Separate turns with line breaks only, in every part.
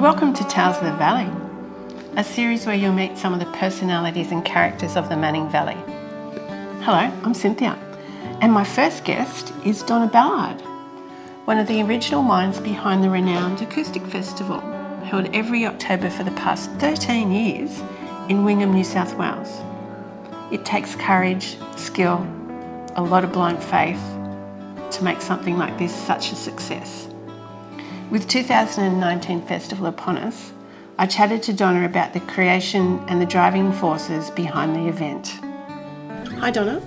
Welcome to Tales of the Valley, a series where you'll meet some of the personalities and characters of the Manning Valley. Hello, I'm Cynthia, and my first guest is Donna Ballard, one of the original minds behind the renowned Acoustic Festival, held every October for the past 13 years in Wingham, New South Wales. It takes courage, skill, a lot of blind faith to make something like this such a success. With 2019 festival upon us, I chatted to Donna about the creation and the driving forces behind the event. Hi Donna,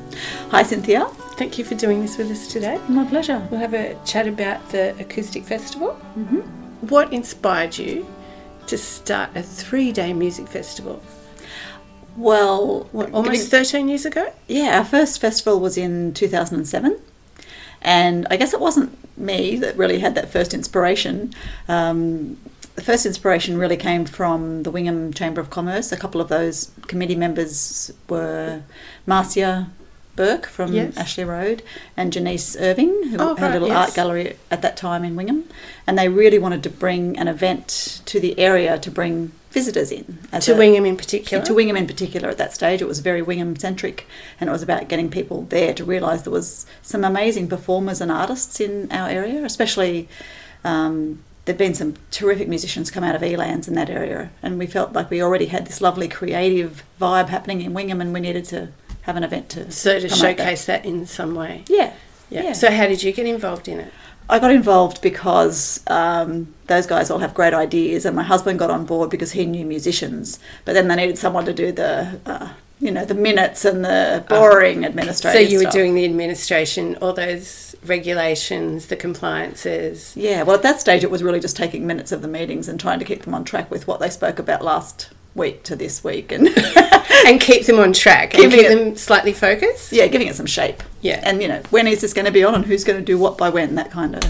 Hi, Cynthia.
thank you for doing this with us today.
My pleasure.
We'll have a chat about the acoustic festival. What inspired you to start a three-day music festival?
Well,
What, almost 13 years ago?
yeah, our first festival was in 2007, and I guess it wasn't me that really had that first inspiration. Um, the first inspiration really came from the Wingham Chamber of Commerce. A couple of those committee members were Marcia Burke from
Yes.
Ashley Road and Janice Irving, who
Oh,
had
right,
a little
yes.
art gallery at that time in Wingham, and they really wanted to bring an event to the area to bring visitors in as
To
a-
Wingham in particular?
To Wingham in particular at that stage, it was very Wingham centric and it was about getting people there to realise there was some amazing performers and artists in our area, especially um, there'd been some terrific musicians come out of Elands in that area and we felt like we already had this lovely creative vibe happening in Wingham and we needed to have an event to
so to
promote that.
showcase that in some way.
Yeah.
yeah. So how did you get involved in it?
I got involved because um, those guys all have great ideas, and my husband got on board because he knew musicians. But then they needed someone to do the, uh, you know, the minutes and the boring
Uh-huh. So
administrative.
you were
stuff.
doing the administration, all those regulations, the compliances.
Yeah. Well, at that stage, it was really just taking minutes of the meetings and trying to keep them on track with what they spoke about last week to this week, and
and keep them on track
Keeping
and keep
it-
them slightly focused.
yeah, giving it some shape.
Yeah.
And you know, when is this going to be on, and who's going to do what by when? That kind of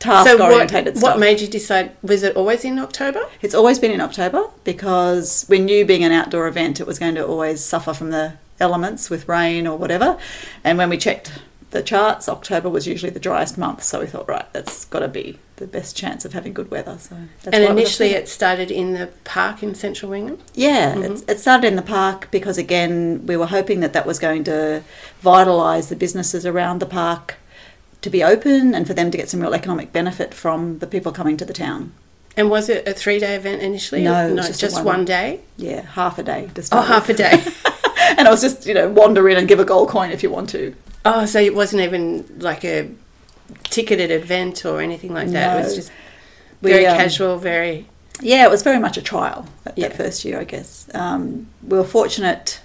task
So what,
orientated stuff.
what made you decide? Was it always in October?
It's always been in October because we knew being an outdoor event, it was going to always suffer from the elements with rain or whatever. And when we checked the charts, October was usually the driest month, so we thought, right, that's got to be the best chance of having good weather. So that's
and
why we
initially,
just-
it started in the park in Central Wingham.
yeah, it's
Mm-hmm.
it started in the park because again we were hoping that that was going to vitalise the businesses around the park to be open and for them to get some real economic benefit from the people coming to the town.
And was it a three-day event initially?
No, it
no,
was
just,
just a
one,
one-
day.
Yeah, half a day. to
Oh,
start
half a
with.
day.
and I was just, you know, wander in and give a gold coin if you want to.
oh, so it wasn't even like a ticketed event or anything like that. It was
No.
just
We,
very
um,
casual, very
Yeah, it was very much a trial that,
Yeah.
that first year, I guess. Um, we were fortunate.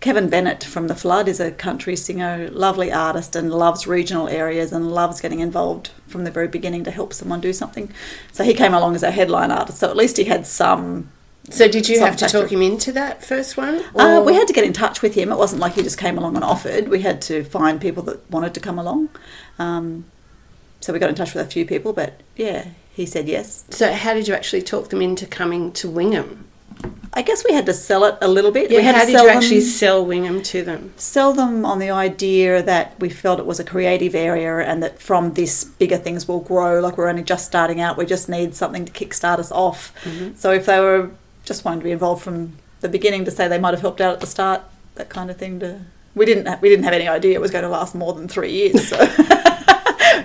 Kevin Bennett from The Flood is a country singer, lovely artist, and loves regional areas and loves getting involved from the very beginning to help someone do something. So he came along as our headline artist. So at least he had some.
So did you have to
Self-factor.
talk him into that first one?
Uh,
or-
we had to get in touch with him. It wasn't like he just came along and offered. We had to find people that wanted to come along. Um, so we got in touch with a few people, but yeah, he said yes.
so how did you actually talk them into coming to Wingham?
I guess we had to sell it a little bit.
Yeah,
we had
how
to
did
sell
you actually
them,
sell Wingham to them?
sell them on the idea that we felt it was a creative area and that from this bigger things will grow. Like we're only just starting out, we just need something to kickstart us off. So if they were just wanting to be involved from the beginning, to say they might have helped out at the start, that kind of thing. To we didn't ha- we didn't have any idea it was going to last more than three years. So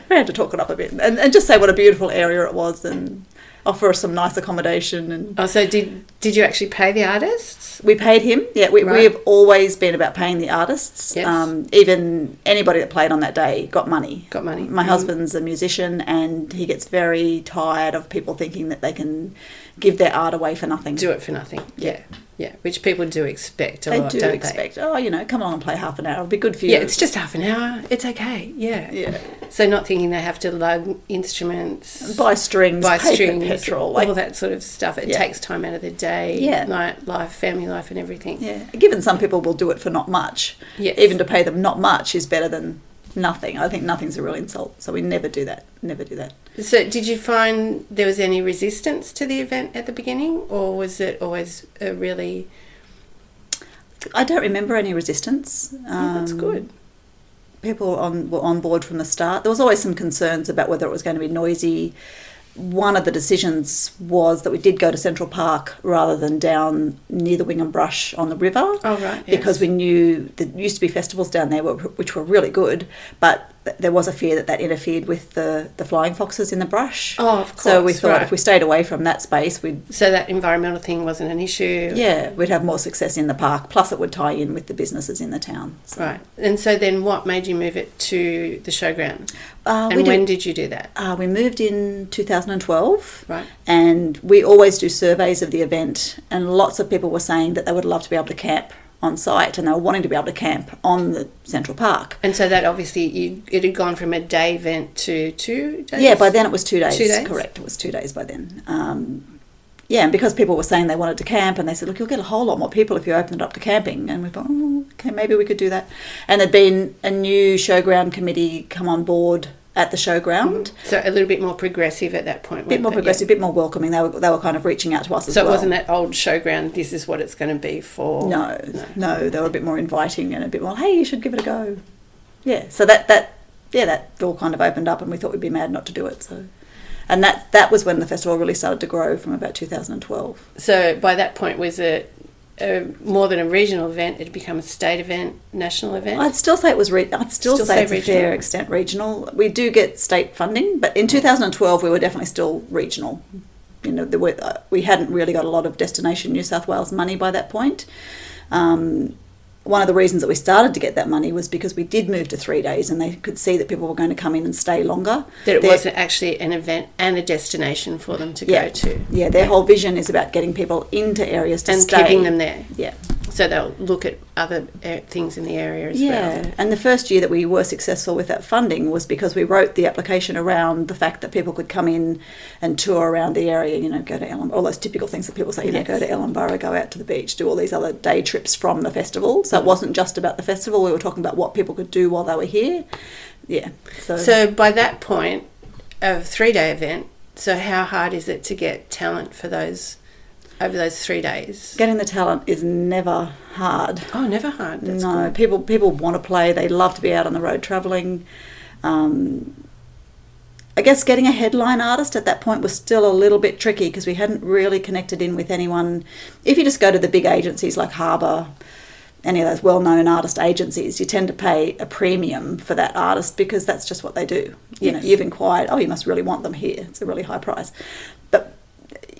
we had to talk it up a bit and, and just say what a beautiful area it was and offer us some nice accommodation and
Oh, so did did you actually pay the artists?
We paid him. Yeah, we,
Right.
we have always been about paying the artists.
Yes.
Um, even anybody that played on that day got money.
Got money.
My
Mm.
husband's a musician, and he gets very tired of people thinking that they can give their art away for nothing.
Do it for nothing.
Yeah.
yeah. Which people do expect a
they
lot,
do
not
expect? Oh, you know, come along and play half an hour. It'll be good for
they?
you.
Yeah, it's just half an hour. It's okay. Yeah.
yeah.
So not thinking they have to lug instruments,
Buy strings,
buy
pay for
strings,
petrol, like
all that sort of stuff. It
Yeah.
takes time out of the day,
Yeah.
night life, family life, and everything.
Yeah, given some people will do it for not much,
Yes.
even to pay them not much is better than nothing. I think nothing's a real insult, so we never do that. Never do that.
So, did you find there was any resistance to the event at the beginning, or was it always a really
I don't remember any resistance.
Oh, that's
Um,
good.
people on were on board from the start. There was always some concerns about whether it was going to be noisy. One of the decisions was that we did go to Central Park rather than down near the Wingham Brush on the river.
Oh, right,
Because we knew there used to be festivals down there were- which were really good, but th- there was a fear that that interfered with the, the flying foxes in the brush.
Oh, of
So we
course,
thought
right.
if we stayed away from that space, we'd
So that environmental thing wasn't an issue.
yeah we'd have more success in the park. Plus, it would tie in with the businesses in the town. So,
Right. And so then what made you move it to the showground?
uh,
and
we do-
when did you do that?
Uh, we moved in 2012,
Right.
and we always do surveys of the event. And lots of people were saying that they would love to be able to camp on site, and they were wanting to be able to camp on the Central Park.
And so that obviously you, it had gone from a day event to two days?
Yeah, by then it was two days.
Two days?
Correct, it was two days by then. Um, yeah, and because people were saying they wanted to camp, and they said, "Look, you'll get a whole lot more people if you open it up to camping." And we thought, oh, "Okay, maybe we could do that." And there'd been a new showground committee come on board at the showground.
So a little bit more progressive at that point.
A bit more
weren't they? Yeah.
progressive, a bit more welcoming. They were, they were kind of reaching out to us as
So
well.
it wasn't that old showground, this is what it's going to be for.
No, no, they were a bit more inviting and a bit more, hey, you should give it a go. Yeah, so that that yeah, that door kind of opened up, and we thought we'd be mad not to do it. So, and that that was when the festival really started to grow from about 2012.
So by that point, was it a, more than a regional event? It had become a state event, national event?
I'd still say it was. Re- I'd still,
Still
say,
say
it's
regional.
a fair extent regional. We do get state funding, but in 2012 we were definitely still regional. You know, there were, uh, we hadn't really got a lot of destination New South Wales money by that point. Um, one of the reasons that we started to get that money was because we did move to three days, and they could see that people were going to come in and stay longer.
that it
Their-
wasn't actually an event and a destination for them to
yeah,
go to
yeah. Their whole vision is about getting people into areas to
and
stay.
keeping them there.
yeah.
So they'll look at other uh, things in the area as
Yeah,
well.
and the first year that we were successful with that funding was because we wrote the application around the fact that people could come in and tour around the area, you know, go to Ellen, all those typical things that people say, you know, go to Ellenborough, go out to the beach, do all these other day trips from the festival. So it wasn't just about the festival, we were talking about what people could do while they were here. Yeah, so,
So by that point, a three-day event. So how hard is it to get talent for those over those three days?
getting the talent is never hard.
Oh, never hard. That's
no,
good.
people people want to play. They love to be out on the road traveling. Um, I guess getting a headline artist at that point was still a little bit tricky because we hadn't really connected in with anyone. If you just go to the big agencies like Harbour, any of those well-known artist agencies, you tend to pay a premium for that artist because that's just what they do. You know,
Yes.
you've inquired, oh, you must really want them here. It's a really high price, but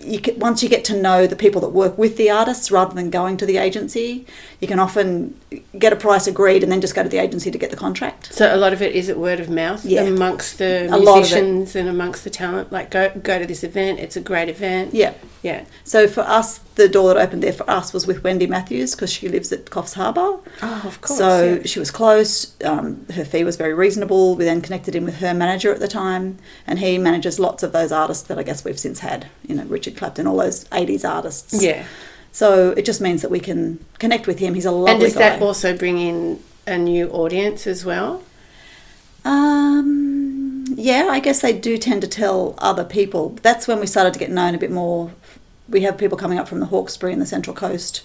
you can, once you get to know the people that work with the artists rather than going to the agency, you can often get a price agreed and then just go to the agency to get the contract.
So a lot of it is it word of mouth
Yeah.
amongst the
A lot of it.
musicians and amongst the talent. Like go go to this event. It's a great event.
Yeah.
Yeah.
So for us, the door that opened there for us was with Wendy Matthews because she lives at Coffs Harbour.
Oh, of course.
so
yeah.
she was close. Um, her fee was very reasonable. We then connected in with her manager at the time, and he manages lots of those artists that I guess we've since had. You know, Richard Clapton, all those '80s artists.
yeah.
So it just means that we can connect with him. He's a lovely
And does
guy.
that also bring in a new audience as well?
Um, yeah, I guess they do tend to tell other people. That's when we started to get known a bit more. We have people coming up from the Hawkesbury and the Central Coast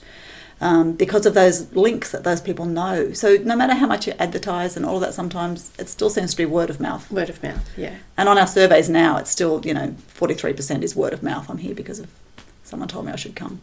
um, because of those links that those people know. So no matter how much you advertise and all of that, sometimes it still seems to be word of mouth.
Word of mouth. Yeah.
And on our surveys now, it's still you know forty three percent is word of mouth. I'm here because of someone told me I should come.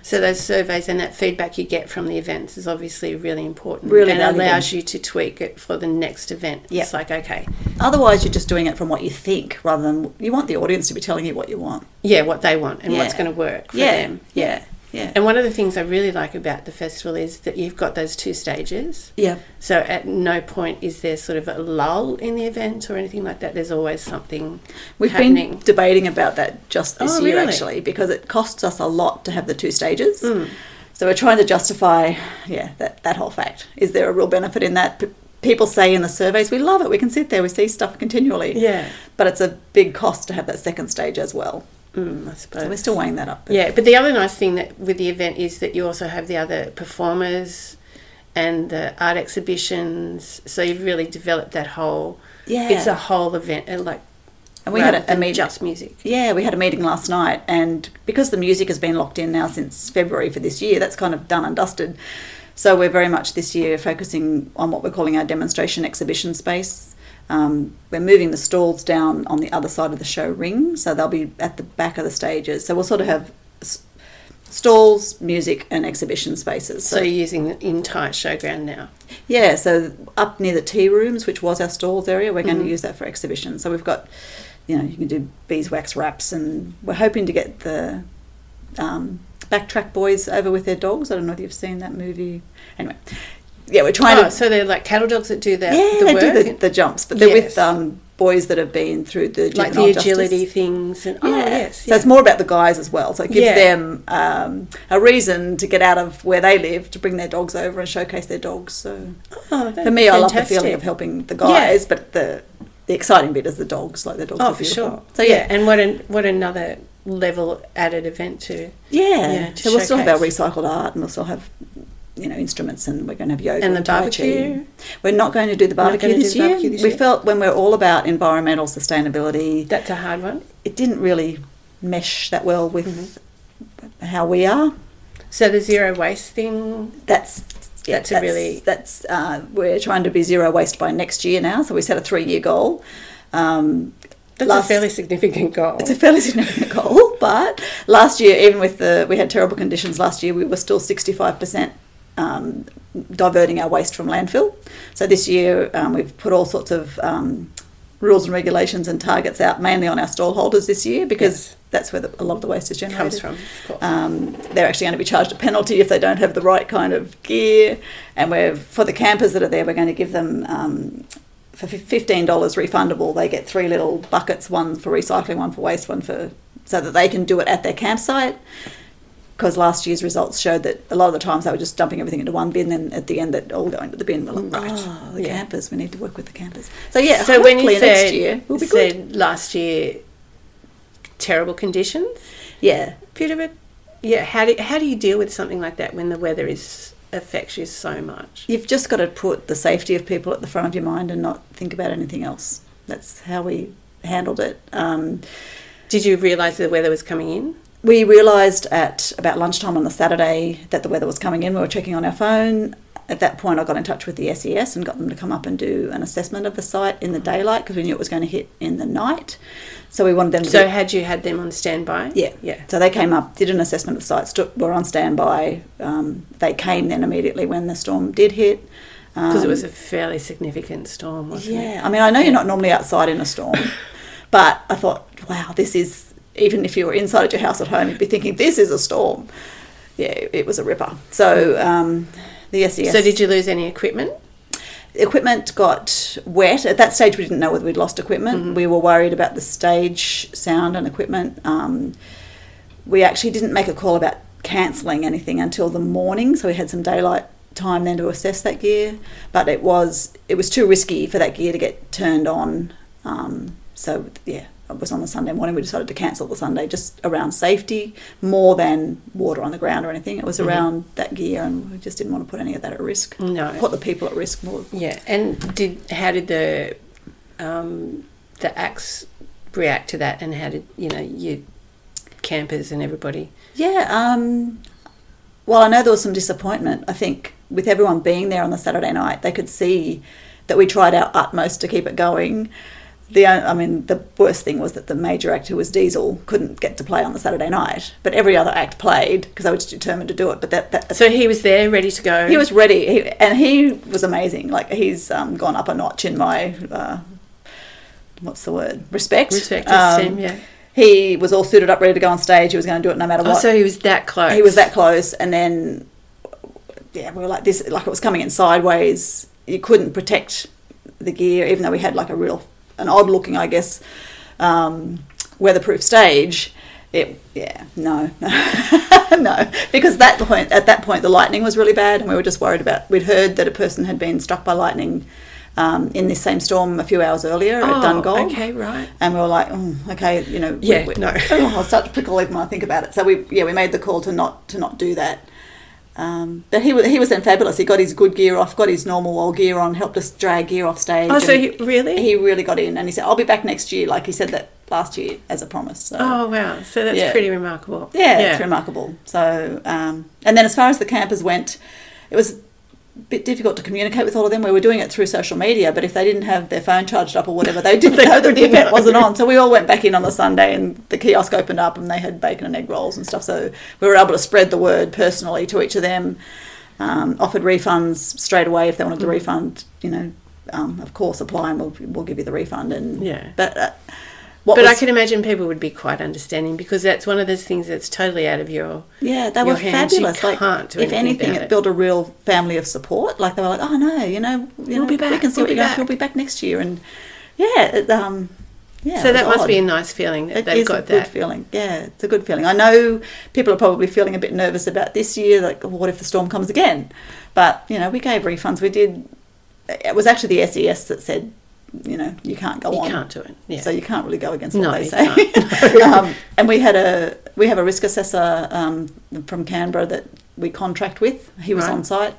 So those surveys and that feedback you get from the events is obviously really important.
Really
and
valuable.
allows you to tweak it for the next event.
Yeah.
It's like okay,
Otherwise, you're just doing it from what you think rather than you want the audience to be telling you what you want.
yeah, what they want and what's
Yeah.
going to work for them.
yeah, yeah,
And one of the things I really like about the festival is that you've got those two stages.
yeah.
So at no point is there sort of a lull in the event or anything like that. There's always something
We've
happening.
been debating about that just this
Oh,
year,
really? Mm.
actually, because it costs us a lot to have the two stages. So we're trying to justify, yeah, that, that whole fact. Is there a real benefit in that? P- people say in the surveys, we love it. We can sit there, we see stuff continually.
yeah,
But it's a big cost to have that second stage as well.
mm, I suppose.
So we're still weighing that up. But
Yeah, but the other nice thing that with the event is that you also have the other performers and the art exhibitions. So you've really developed that whole.
Yeah.
It's a whole event, and like.
And we had
rather
a- a
than
meet-
just music.
Yeah, we had a meeting last night, and because the music has been locked in now since February for this year, that's kind of done and dusted. So we're very much this year focusing on what we're calling our demonstration exhibition space. Um, we're moving the stalls down on the other side of the show ring, so they'll be at the back of the stages. So we'll sort of have s- stalls, music, and exhibition spaces.
So you're using the entire showground now.
Yeah, so up near the tea rooms, which was our stalls area, we're
Mm-hmm.
going to use that for exhibitions. So we've got, you know, you can do beeswax wraps, and we're hoping to get the um, Backtrack Boys over with their dogs. I don't know if you've seen that movie. Anyway, yeah, we're trying
Oh,
to.
so they're like cattle dogs that do that.
yeah,
the
they
work,
do the, the jumps, but they're
Yes.
with um, boys that have been through the
like the
juvenile justice.
agility things and oh yes,
So it's more about the guys as well. So it gives
Yeah.
them um, a reason to get out of where they live to bring their dogs over and showcase their dogs. So
oh,
for me, I love the feeling of helping the guys, but the the exciting bit is the dogs. Like the dogs.
Oh,
are
for
beautiful.
sure.
So yeah,
and what an, what another level added event to,
yeah.
Yeah, to
so we'll still have our recycled art, and we'll still have you know instruments, and we're going to have yoga
and the
tai chi.
barbecue.
We're not going to do the
Not
barbecue,
gonna do
this,
the
year.
barbecue this
We
year.
felt when we're all about environmental sustainability,
That's a hard one.
it didn't really mesh that well with
Mm-hmm.
how we are.
So the zero waste thing.
That's yeah,
That's a really-
that's uh, we're trying to be zero waste by next year now. So we set a three year goal. Um,
That's a
Last-
fairly significant goal.
It's a fairly significant goal, but last year, even with the we had terrible conditions last year, we were still sixty five percent um, diverting our waste from landfill. So this year, um, we've put all sorts of um, rules and regulations and targets out, mainly on our stall holders this year because
Yes.
that's where the, a lot of the waste is
comes
generated
from. Of course.
um, they're actually going to be charged a penalty if they don't have the right kind of gear. And we're for the campers that are there, we're going to give them um, for fif- fifteen dollars refundable. They get three little buckets: one for recycling, one for waste, one for so that they can do it at their campsite. Because last year's results showed that a lot of the times they were just dumping everything into one bin, and at the end they'd all go into the bin. We're like,
Right.
oh, the
Yeah.
campers, we need to work with the campers. So yeah,
so when you
hopefully
said,
next year we'll be good.
said last year, terrible conditions,
Yeah.
bit of a yeah. How do how do you deal with something like that when the weather is affects you so much?
You've just got to put the safety of people at the front of your mind and not think about anything else. That's how we handled it. Um,
Did you realise the weather was coming in?
we realised at about lunchtime on the Saturday that the weather was coming in. We were checking on our phone. At that point, I got in touch with the SES and got them to come up and do an assessment of the site in the daylight because we knew it was going to hit in the night. So we wanted them to.
So had you had them on standby?
Yeah.
yeah.
So they came up, did an assessment of the site, stood, were on standby. Um, they came then immediately when the storm did hit.
Because it was a fairly significant storm, wasn't it?
Um, Yeah, I mean, I know you're not normally outside in a storm, but I thought, wow, this is even if you were inside at your house at home, you'd be thinking this is a storm. Yeah, it was a ripper. So um, the SES
So did you lose any equipment?
equipment got wet. At that stage, we didn't know whether we'd lost equipment. We were worried about the stage sound and equipment. Um, we actually didn't make a call about cancelling anything until the morning, so we had some daylight time then to assess that gear. But it was it was too risky for that gear to get turned on. Um, so yeah, it was on the Sunday morning. We decided to cancel the Sunday just around safety more than water on the ground or anything. It was around that gear, and we just didn't want to put any of that at risk.
No.
Put the people at risk more
Yeah, and did how did the um, the acts react to that, and how did you know you campers and everybody?
Yeah. Um, well, I know there was some disappointment. I think with everyone being there on the Saturday night, they could see that we tried our utmost to keep it going. The o- I mean, the worst thing was that the major act, who was Diesel, couldn't get to play on the Saturday night, but every other act played because they were just determined to do it. But that, that
So he was there, ready to go.
he was ready, he, and he was amazing. Like he's um, gone up a notch in my uh, what's the word respect.
respect
Um,
esteem, yeah.
He was all suited up, ready to go on stage. He was going to do it no matter
Oh,
what
so he was that close.
he was that close and then yeah we were like this like it was coming in sideways you couldn't protect the gear even though we had like a real an odd looking i guess um, weatherproof stage it yeah no no because that point at that point the lightning was really bad and we were just worried about we'd heard that a person had been struck by lightning um, in this same storm a few hours earlier
Oh,
at Dungog
okay, right.
and we were like, "Mm, okay, you know, we-
Yeah,
we-
no.
oh, I'll start to prickle even when I think about it. So we, yeah, we made the call to not to not do that. Um, but he was he was then fabulous. He got his good gear off, got his normal old gear on, helped us drag gear off stage.
Oh, so
and
he really?
he really got in, and he said, "I'll be back next year," like he said that last year as a promise. So.
Oh wow! So that's
Yeah.
pretty remarkable.
Yeah, it's remarkable. So, um, and then as far as the campers went, it was a bit difficult to communicate with all of them. We were doing it through social media, but if they didn't have their phone charged up or whatever, they didn't know that the event wasn't on. So we all went back in on the Sunday, and the kiosk opened up, and they had bacon and egg rolls and stuff. So we were able to spread the word personally to each of them. Um, offered refunds straight away if they
Mm.
wanted the refund. You know, um, of course, apply and we'll, we'll give you the refund. And
Yeah.
but uh, what
But
was,
I can imagine people would be quite understanding because that's one of those things that's totally out of your.
Yeah, they
your
were
hands. You
fabulous. Like,
can't do
if
anything
anything,
about
it
it.
built a real family of support. Like, they were like, "Oh no, you know, you know
be
We
back,
can see
we'll
what
be
you're
back."
going. We'll be back next year." And yeah, it, um, yeah.
So
it was
that must be a
odd.
nice feeling that
It
they've
is a
got
good
that.
feeling. Yeah, it's a good feeling. I know people are probably feeling a bit nervous about this year. Like, "Oh, what if the storm comes again? But you know, we gave refunds. We did. It was actually the SES that said, you know, you can't go
You
on.
can't do it. Yeah.
So you can't really go against what
No,
they
you
say. um, and we had a we have a risk assessor um, from Canberra that we contract with. He was
Right.
on site.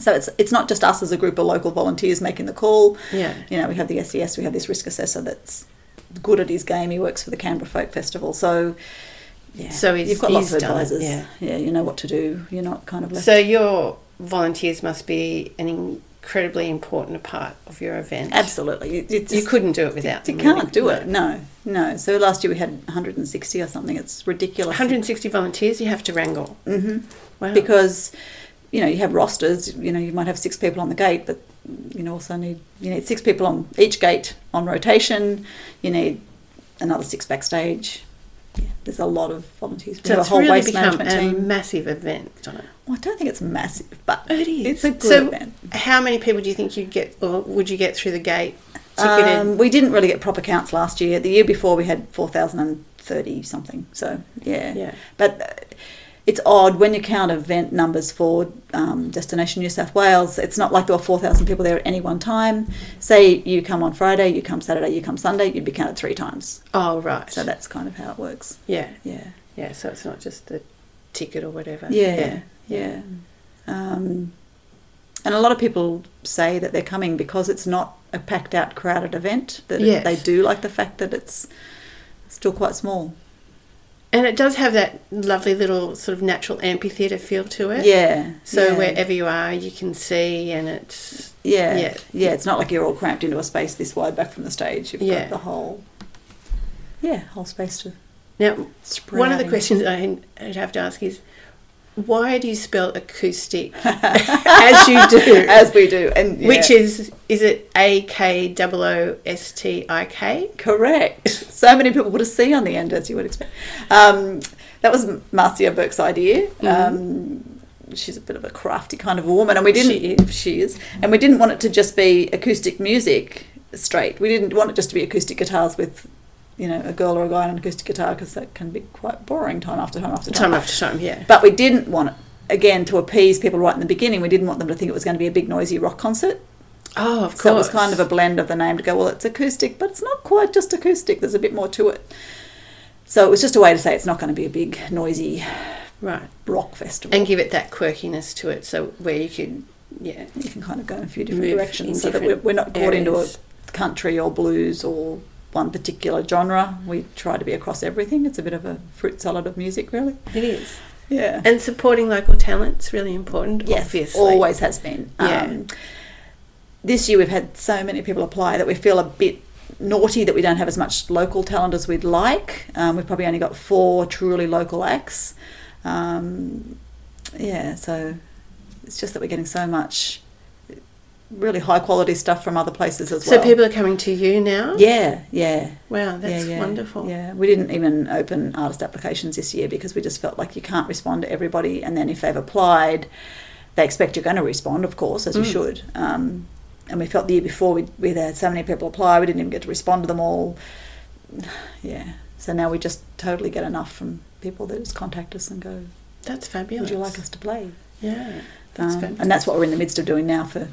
So it's it's not just us as a group of local volunteers making the call.
Yeah.
You know, we have the SES, we have this risk assessor that's good at his game. He works for the Canberra Folk Festival. So yeah.
So he's-
you've got lots
he's
of
done it,
advisors.
yeah.
yeah, you know what to do. You're not kind of left
So your volunteers must be an incredibly important part of your event.
absolutely. It- it's
You
just-
couldn't do it without
you
them, really.
can't do it. No, no. So last year we had 160 or something. It's ridiculous.
160 volunteers you have to wrangle. Mm-hmm. Wow.
because you know you have rosters you know you might have six people on the gate but you know also need you need six people on each gate on rotation you need another six backstage yeah, there's a lot of volunteers
so
we have a
it's
whole
really
waste
become
management
a
team
massive event on it.
well, i don't think it's massive but
It is.
it's a good
so
event
How many people do you think you'd get, or would you get through the gate? Ticketed?
um, we didn't really get proper counts last year the year before we had 4030 something so yeah
yeah.
But uh, it's odd when you count event numbers for um, Destination New South Wales. It's not like there were 4,000 people there at any one time. Say you come on Friday, you come Saturday, you come Sunday, you'd be counted three times.
Oh, right.
So that's kind of how it works.
yeah.
Yeah.
Yeah. So it's not just the ticket or whatever.
Yeah. Yeah. Um, and a lot of people say that they're coming because it's not a packed out, crowded event, that
Yes.
they do like the fact that it's still quite small.
And it does have that lovely little sort of natural amphitheatre feel to it.
Yeah.
So
yeah.
wherever you are, you can see, and it's
Yeah.
Yeah.
yeah. it's not like you're all cramped into a space this wide back from the stage. You've
Yeah.
got the whole Yeah, whole space to
now.
spread.
One of the
out.
questions I- I'd have to ask is, why do you spell acoustic as you do?
as we do and
Which
yeah.
is is it A K O O S T I K?
correct. So many people put a C on the end as you would expect. Um, that was Marcia Burke's idea.
Mm-hmm.
Um, she's a bit of a crafty kind of a woman and we didn't
She
she is. And we didn't want it to just be acoustic music straight. We didn't want it just to be acoustic guitars with you know, a girl or a guy on an acoustic guitar because that can be quite boring time after time after
Time after time, yeah.
But we didn't want it, again, to appease people right in the beginning, we didn't want them to think it was going to be a big noisy rock concert.
Oh, of course.
So it was kind of a blend of the name to go, well, it's acoustic, but it's not quite just acoustic, there's a bit more to it. So it was just a way to say it's not going to be a big noisy
right,
rock festival.
and give it that quirkiness to it, so where you could, yeah,
you can kind of go in a few different
Move in
directions so that we're,
different
we're not caught into a
areas.
country or blues or one particular genre. We try to be across everything. It's a bit of a fruit salad of music, really.
it is.
Yeah.
And supporting local talent's really important.
Yes,
obviously.
always has been.
Yeah.
Um, this year we've had so many people apply that we feel a bit naughty that we don't have as much local talent as we'd like. Um, we've probably only got four truly local acts. Um, yeah, so it's just that we're getting so much really high quality stuff from other places as
So
well.
people are coming to you now.
yeah, yeah.
Wow,
Yeah,
that's
yeah,
wonderful.
Yeah, we didn't even open artist applications this year because we just felt like you can't respond to everybody, and then if they've applied, they expect you're going to respond, of course, as you
Mm.
should. Um, and we felt the year before we we had so many people apply, we didn't even get to respond to them all. Yeah, so now we just totally get enough from people that just contact us and go,
That's fabulous.
"Would you like us to play?"
Yeah, that's
Um,
fabulous.
and that's what we're in the midst of doing now for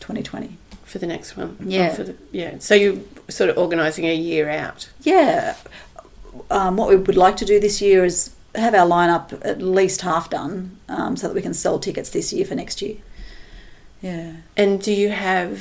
2020.
for the next one.
Yeah.
Oh, for the, yeah. So you're sort of organising a year out.
Yeah. Um, what we would like to do this year is have our lineup at least half done um, so that we can sell tickets this year for next year. Yeah.
And do you have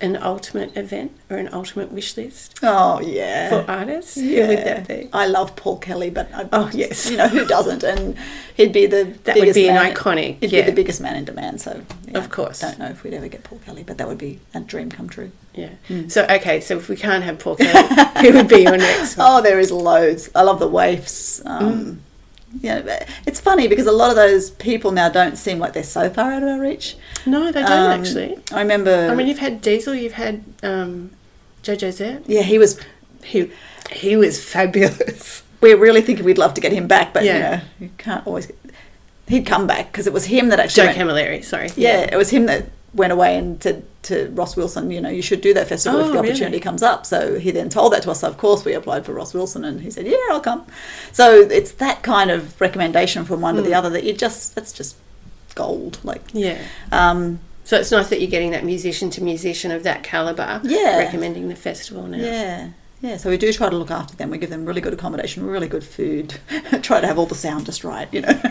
an ultimate event or an ultimate wish list
Oh yeah.
for artists? Who would that be?
I love Paul Kelly, but I,
Oh, yes.
you know who doesn't, and he'd be the
That would
biggest
be an
man-
iconic,
He'd
yeah.
be the biggest man in demand. So yeah,
Of course.
don't know if we'd ever get Paul Kelly, but that would be a dream come true.
Yeah.
Hmm.
So okay, so if we can't have Paul Kelly, who would be your next one?
Oh, there is loads. I love the waifs. Um,
Mm.
Yeah, but it's funny because a lot of those people now don't seem like they're so far out of our reach.
No, they don't
Um,
actually.
I remember.
I mean, you've had Diesel, you've had um, JoJo Zep.
yeah, he was.
He he was fabulous.
We're really thinking we'd love to get him back, but
Yeah.
you know, you can't always. He'd come back because it was him that actually.
Joe
went-
Camilleri, sorry.
yeah, it was him that went away and said to Ross Wilson, you know, you should do that festival
Oh,
if the
really?
opportunity comes up. So he then told that to us. So of course, we applied for Ross Wilson, and he said, yeah, I'll come. So it's that kind of recommendation from one to
Hmm.
the other that you just that's just gold. Like,
Yeah.
um,
So it's nice that you're getting that musician to musician of that caliber.
Yeah.
Recommending the festival now.
yeah. Yeah, so we do try to look after them. We give them really good accommodation, really good food. try to have all the sound just right, you know.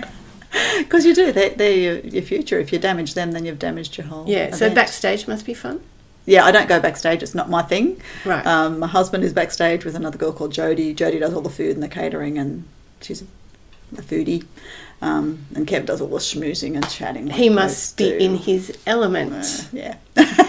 Because you do, they're, they're your, your future. If you damage them, then you've damaged your whole.
Yeah. So
event.
backstage must be fun.
yeah, I don't go backstage. It's not my thing.
Right.
Um, my husband is backstage with another girl called Jody. Jody does all the food and the catering, and she's a foodie. Um, and Kev does all the schmoozing and chatting. like
he must be
those do.
in his element.
Yeah.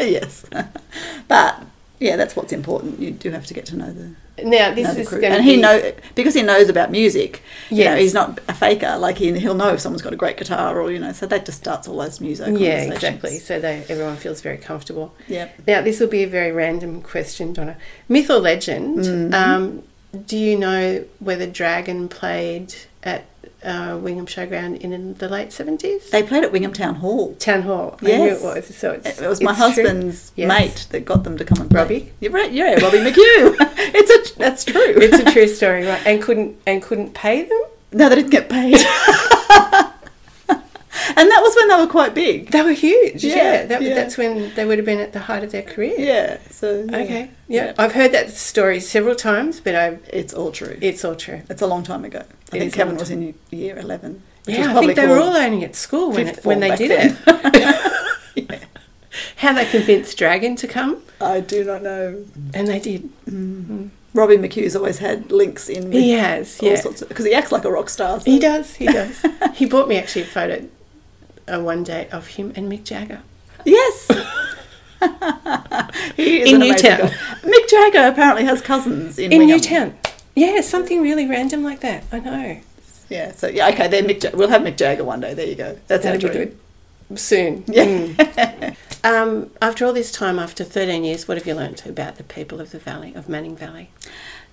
yes. but yeah, that's what's important. You do have to get to know the
Now this
know the
is
crew.
going to
and
be
he know because he knows about music. Yeah,
Yes.
he's not a faker. Like he, he'll know if someone's got a great guitar or you know. So that just starts all those music.
Yeah, exactly. So they, everyone feels very comfortable.
Yep.
Now, this will be a very random question, Donna. Myth or legend?
Mm-hmm.
Um, do you know whether Dragon played at uh, Wingham Showground in the late seventies?
They played at Wingham Town Hall.
Town Hall. I knew it
Yes.
was. So it's,
It was my
it's true.
husband's
Yes.
mate that got them to come and play.
Robbie?
You're right, yeah, Robbie McHugh. it's a that's true.
It's a true story, right? And couldn't and couldn't pay them.
no, they didn't get paid. and that was when they were quite big.
They were huge. Yeah,
Yeah,
that,
yeah.
that's when they would have been at the height of their career.
Yeah. So yeah.
Okay. Yeah. I've heard that story several times, but I
It's all true.
it's all true.
it's a long time ago. I
It is
think
a
Kevin
long
was in year eleven. which was
Yeah, I
probably
think they were
called-
all only at school when,
fifth
it, when
form
they
back
did it. How they convinced Dragon to come,
I do not know.
and they did.
Robbie McHugh's always had links in with
He has,
all
yeah.
sorts of because he acts like a rock star. so-
He does, he does. he bought me actually a photo uh, one day of him and Mick Jagger.
Yes. he is
In
an amazing
Newtown.
guy. Mick Jagger apparently has cousins in
In
Wingham.
Newtown. Yeah, something really random like that. I know.
Yeah. So yeah. Okay. Then Mick. Jag- we'll have Mick Jagger one day. There you go. That's our
That'd be
dream.
good. Soon.
Yeah.
Mm. um, after all this time, after 13 years, what have you learnt about the people of the valley, of Manning Valley?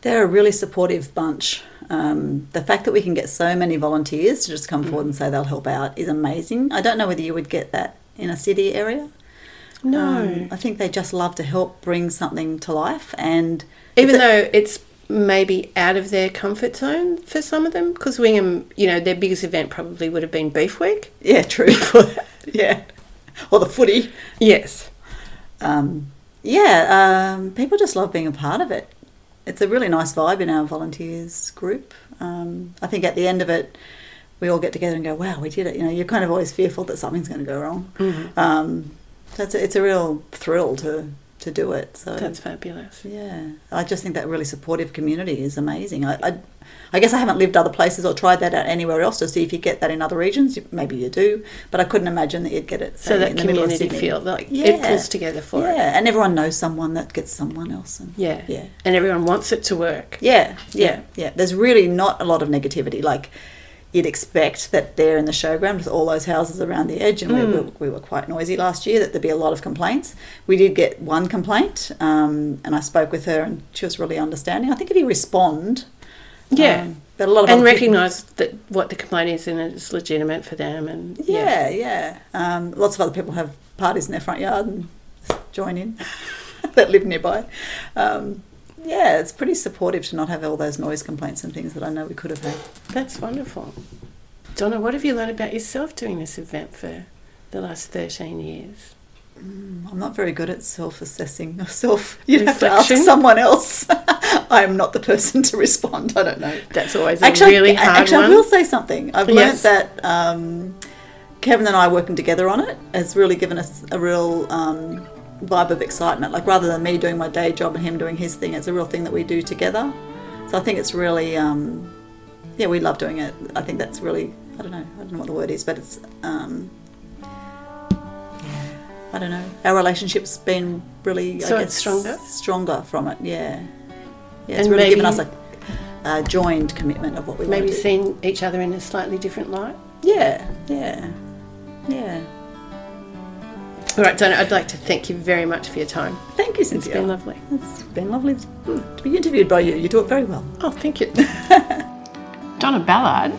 They're a really supportive bunch. Um, the fact that we can get so many volunteers to just come
Mm.
forward and say they'll help out is amazing. I don't know whether you would get that in a city area.
No.
Um, I think they just love to help bring something to life and
even though it's maybe out of their comfort zone for some of them because wingham you know their biggest event probably would have been beef week
yeah, true for that. Yeah. Or the footy.
yes
um, yeah, um, people just love being a part of it. It's a really nice vibe in our volunteers group. Um, I think at the end of it, we all get together and go, "Wow, we did it!" You know, you're kind of always fearful that something's going to go wrong.
Mm-hmm.
Um, that's a, it's a real thrill to to do it. So
that's fabulous
yeah, I just think that really supportive community is amazing. I, I, I guess I haven't lived other places or tried that out anywhere else to see if you get that in other regions. You- Maybe you do, but I couldn't imagine that you'd get it.
so
say,
that
in the middle of
community
Sydney.
feel like it
Yeah.
pulls together for
yeah,
it
and everyone knows someone that gets someone else. And
yeah
Yeah.
and everyone wants it to work
yeah,
Yeah.
yeah, yeah. There's really not a lot of negativity. Like you'd expect that there in the showground with all those houses around the edge, and
Hmm.
we, were, we were quite noisy last year, that there'd be a lot of complaints. We did get one complaint, um, and I spoke with her, and she was really understanding. I think if you respond,
Yeah.
um, but a lot of
and
other people-
recognize that what the complaint is and it's legitimate for them and
Yeah, yeah. Um, lots of other people have parties in their front yard and join in that live nearby. Um, yeah, it's pretty supportive to not have all those noise complaints and things that I know we could have had.
that's wonderful donna what have you learned about yourself doing this event for the last 13 years
I'm not very good at self-assessing myself. You'd have to ask
Reflection?
someone else. I am not the person to respond. I don't know.
that's always a really
I-
hard
actually,
one
I will say something. I've
Yes.
learnt that um, Kevin and I working together on it has really given us a real um, vibe of excitement. Like rather than me doing my day job and him doing his thing, it's a real thing that we do together. So I think it's really, um, yeah, we love doing it. I think that's really, I don't know, I don't know what the word is, but it's, um, I don't know. Our relationship's been really,
So
I
it's
guess,
stronger?
stronger from it. Yeah, yeah, it's
And
really given
maybe-
us a, a joined commitment of what we
Maybe
want to do.
seeing each other in a slightly different light.
Yeah, yeah, yeah.
All right, Donna, I'd like to thank you very much for your time.
Thank you,
It's
Cynthia.
been lovely.
It's been lovely to be interviewed by you. You do it very well.
Oh, thank you. Donna Ballard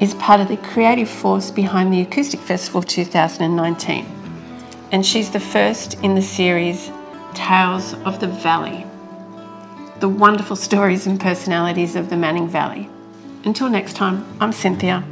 is part of the creative force behind the Acoustic Festival 2019, and she's the first in the series Tales of the Valley the wonderful stories and personalities of the Manning Valley. Until next time, I'm Cynthia.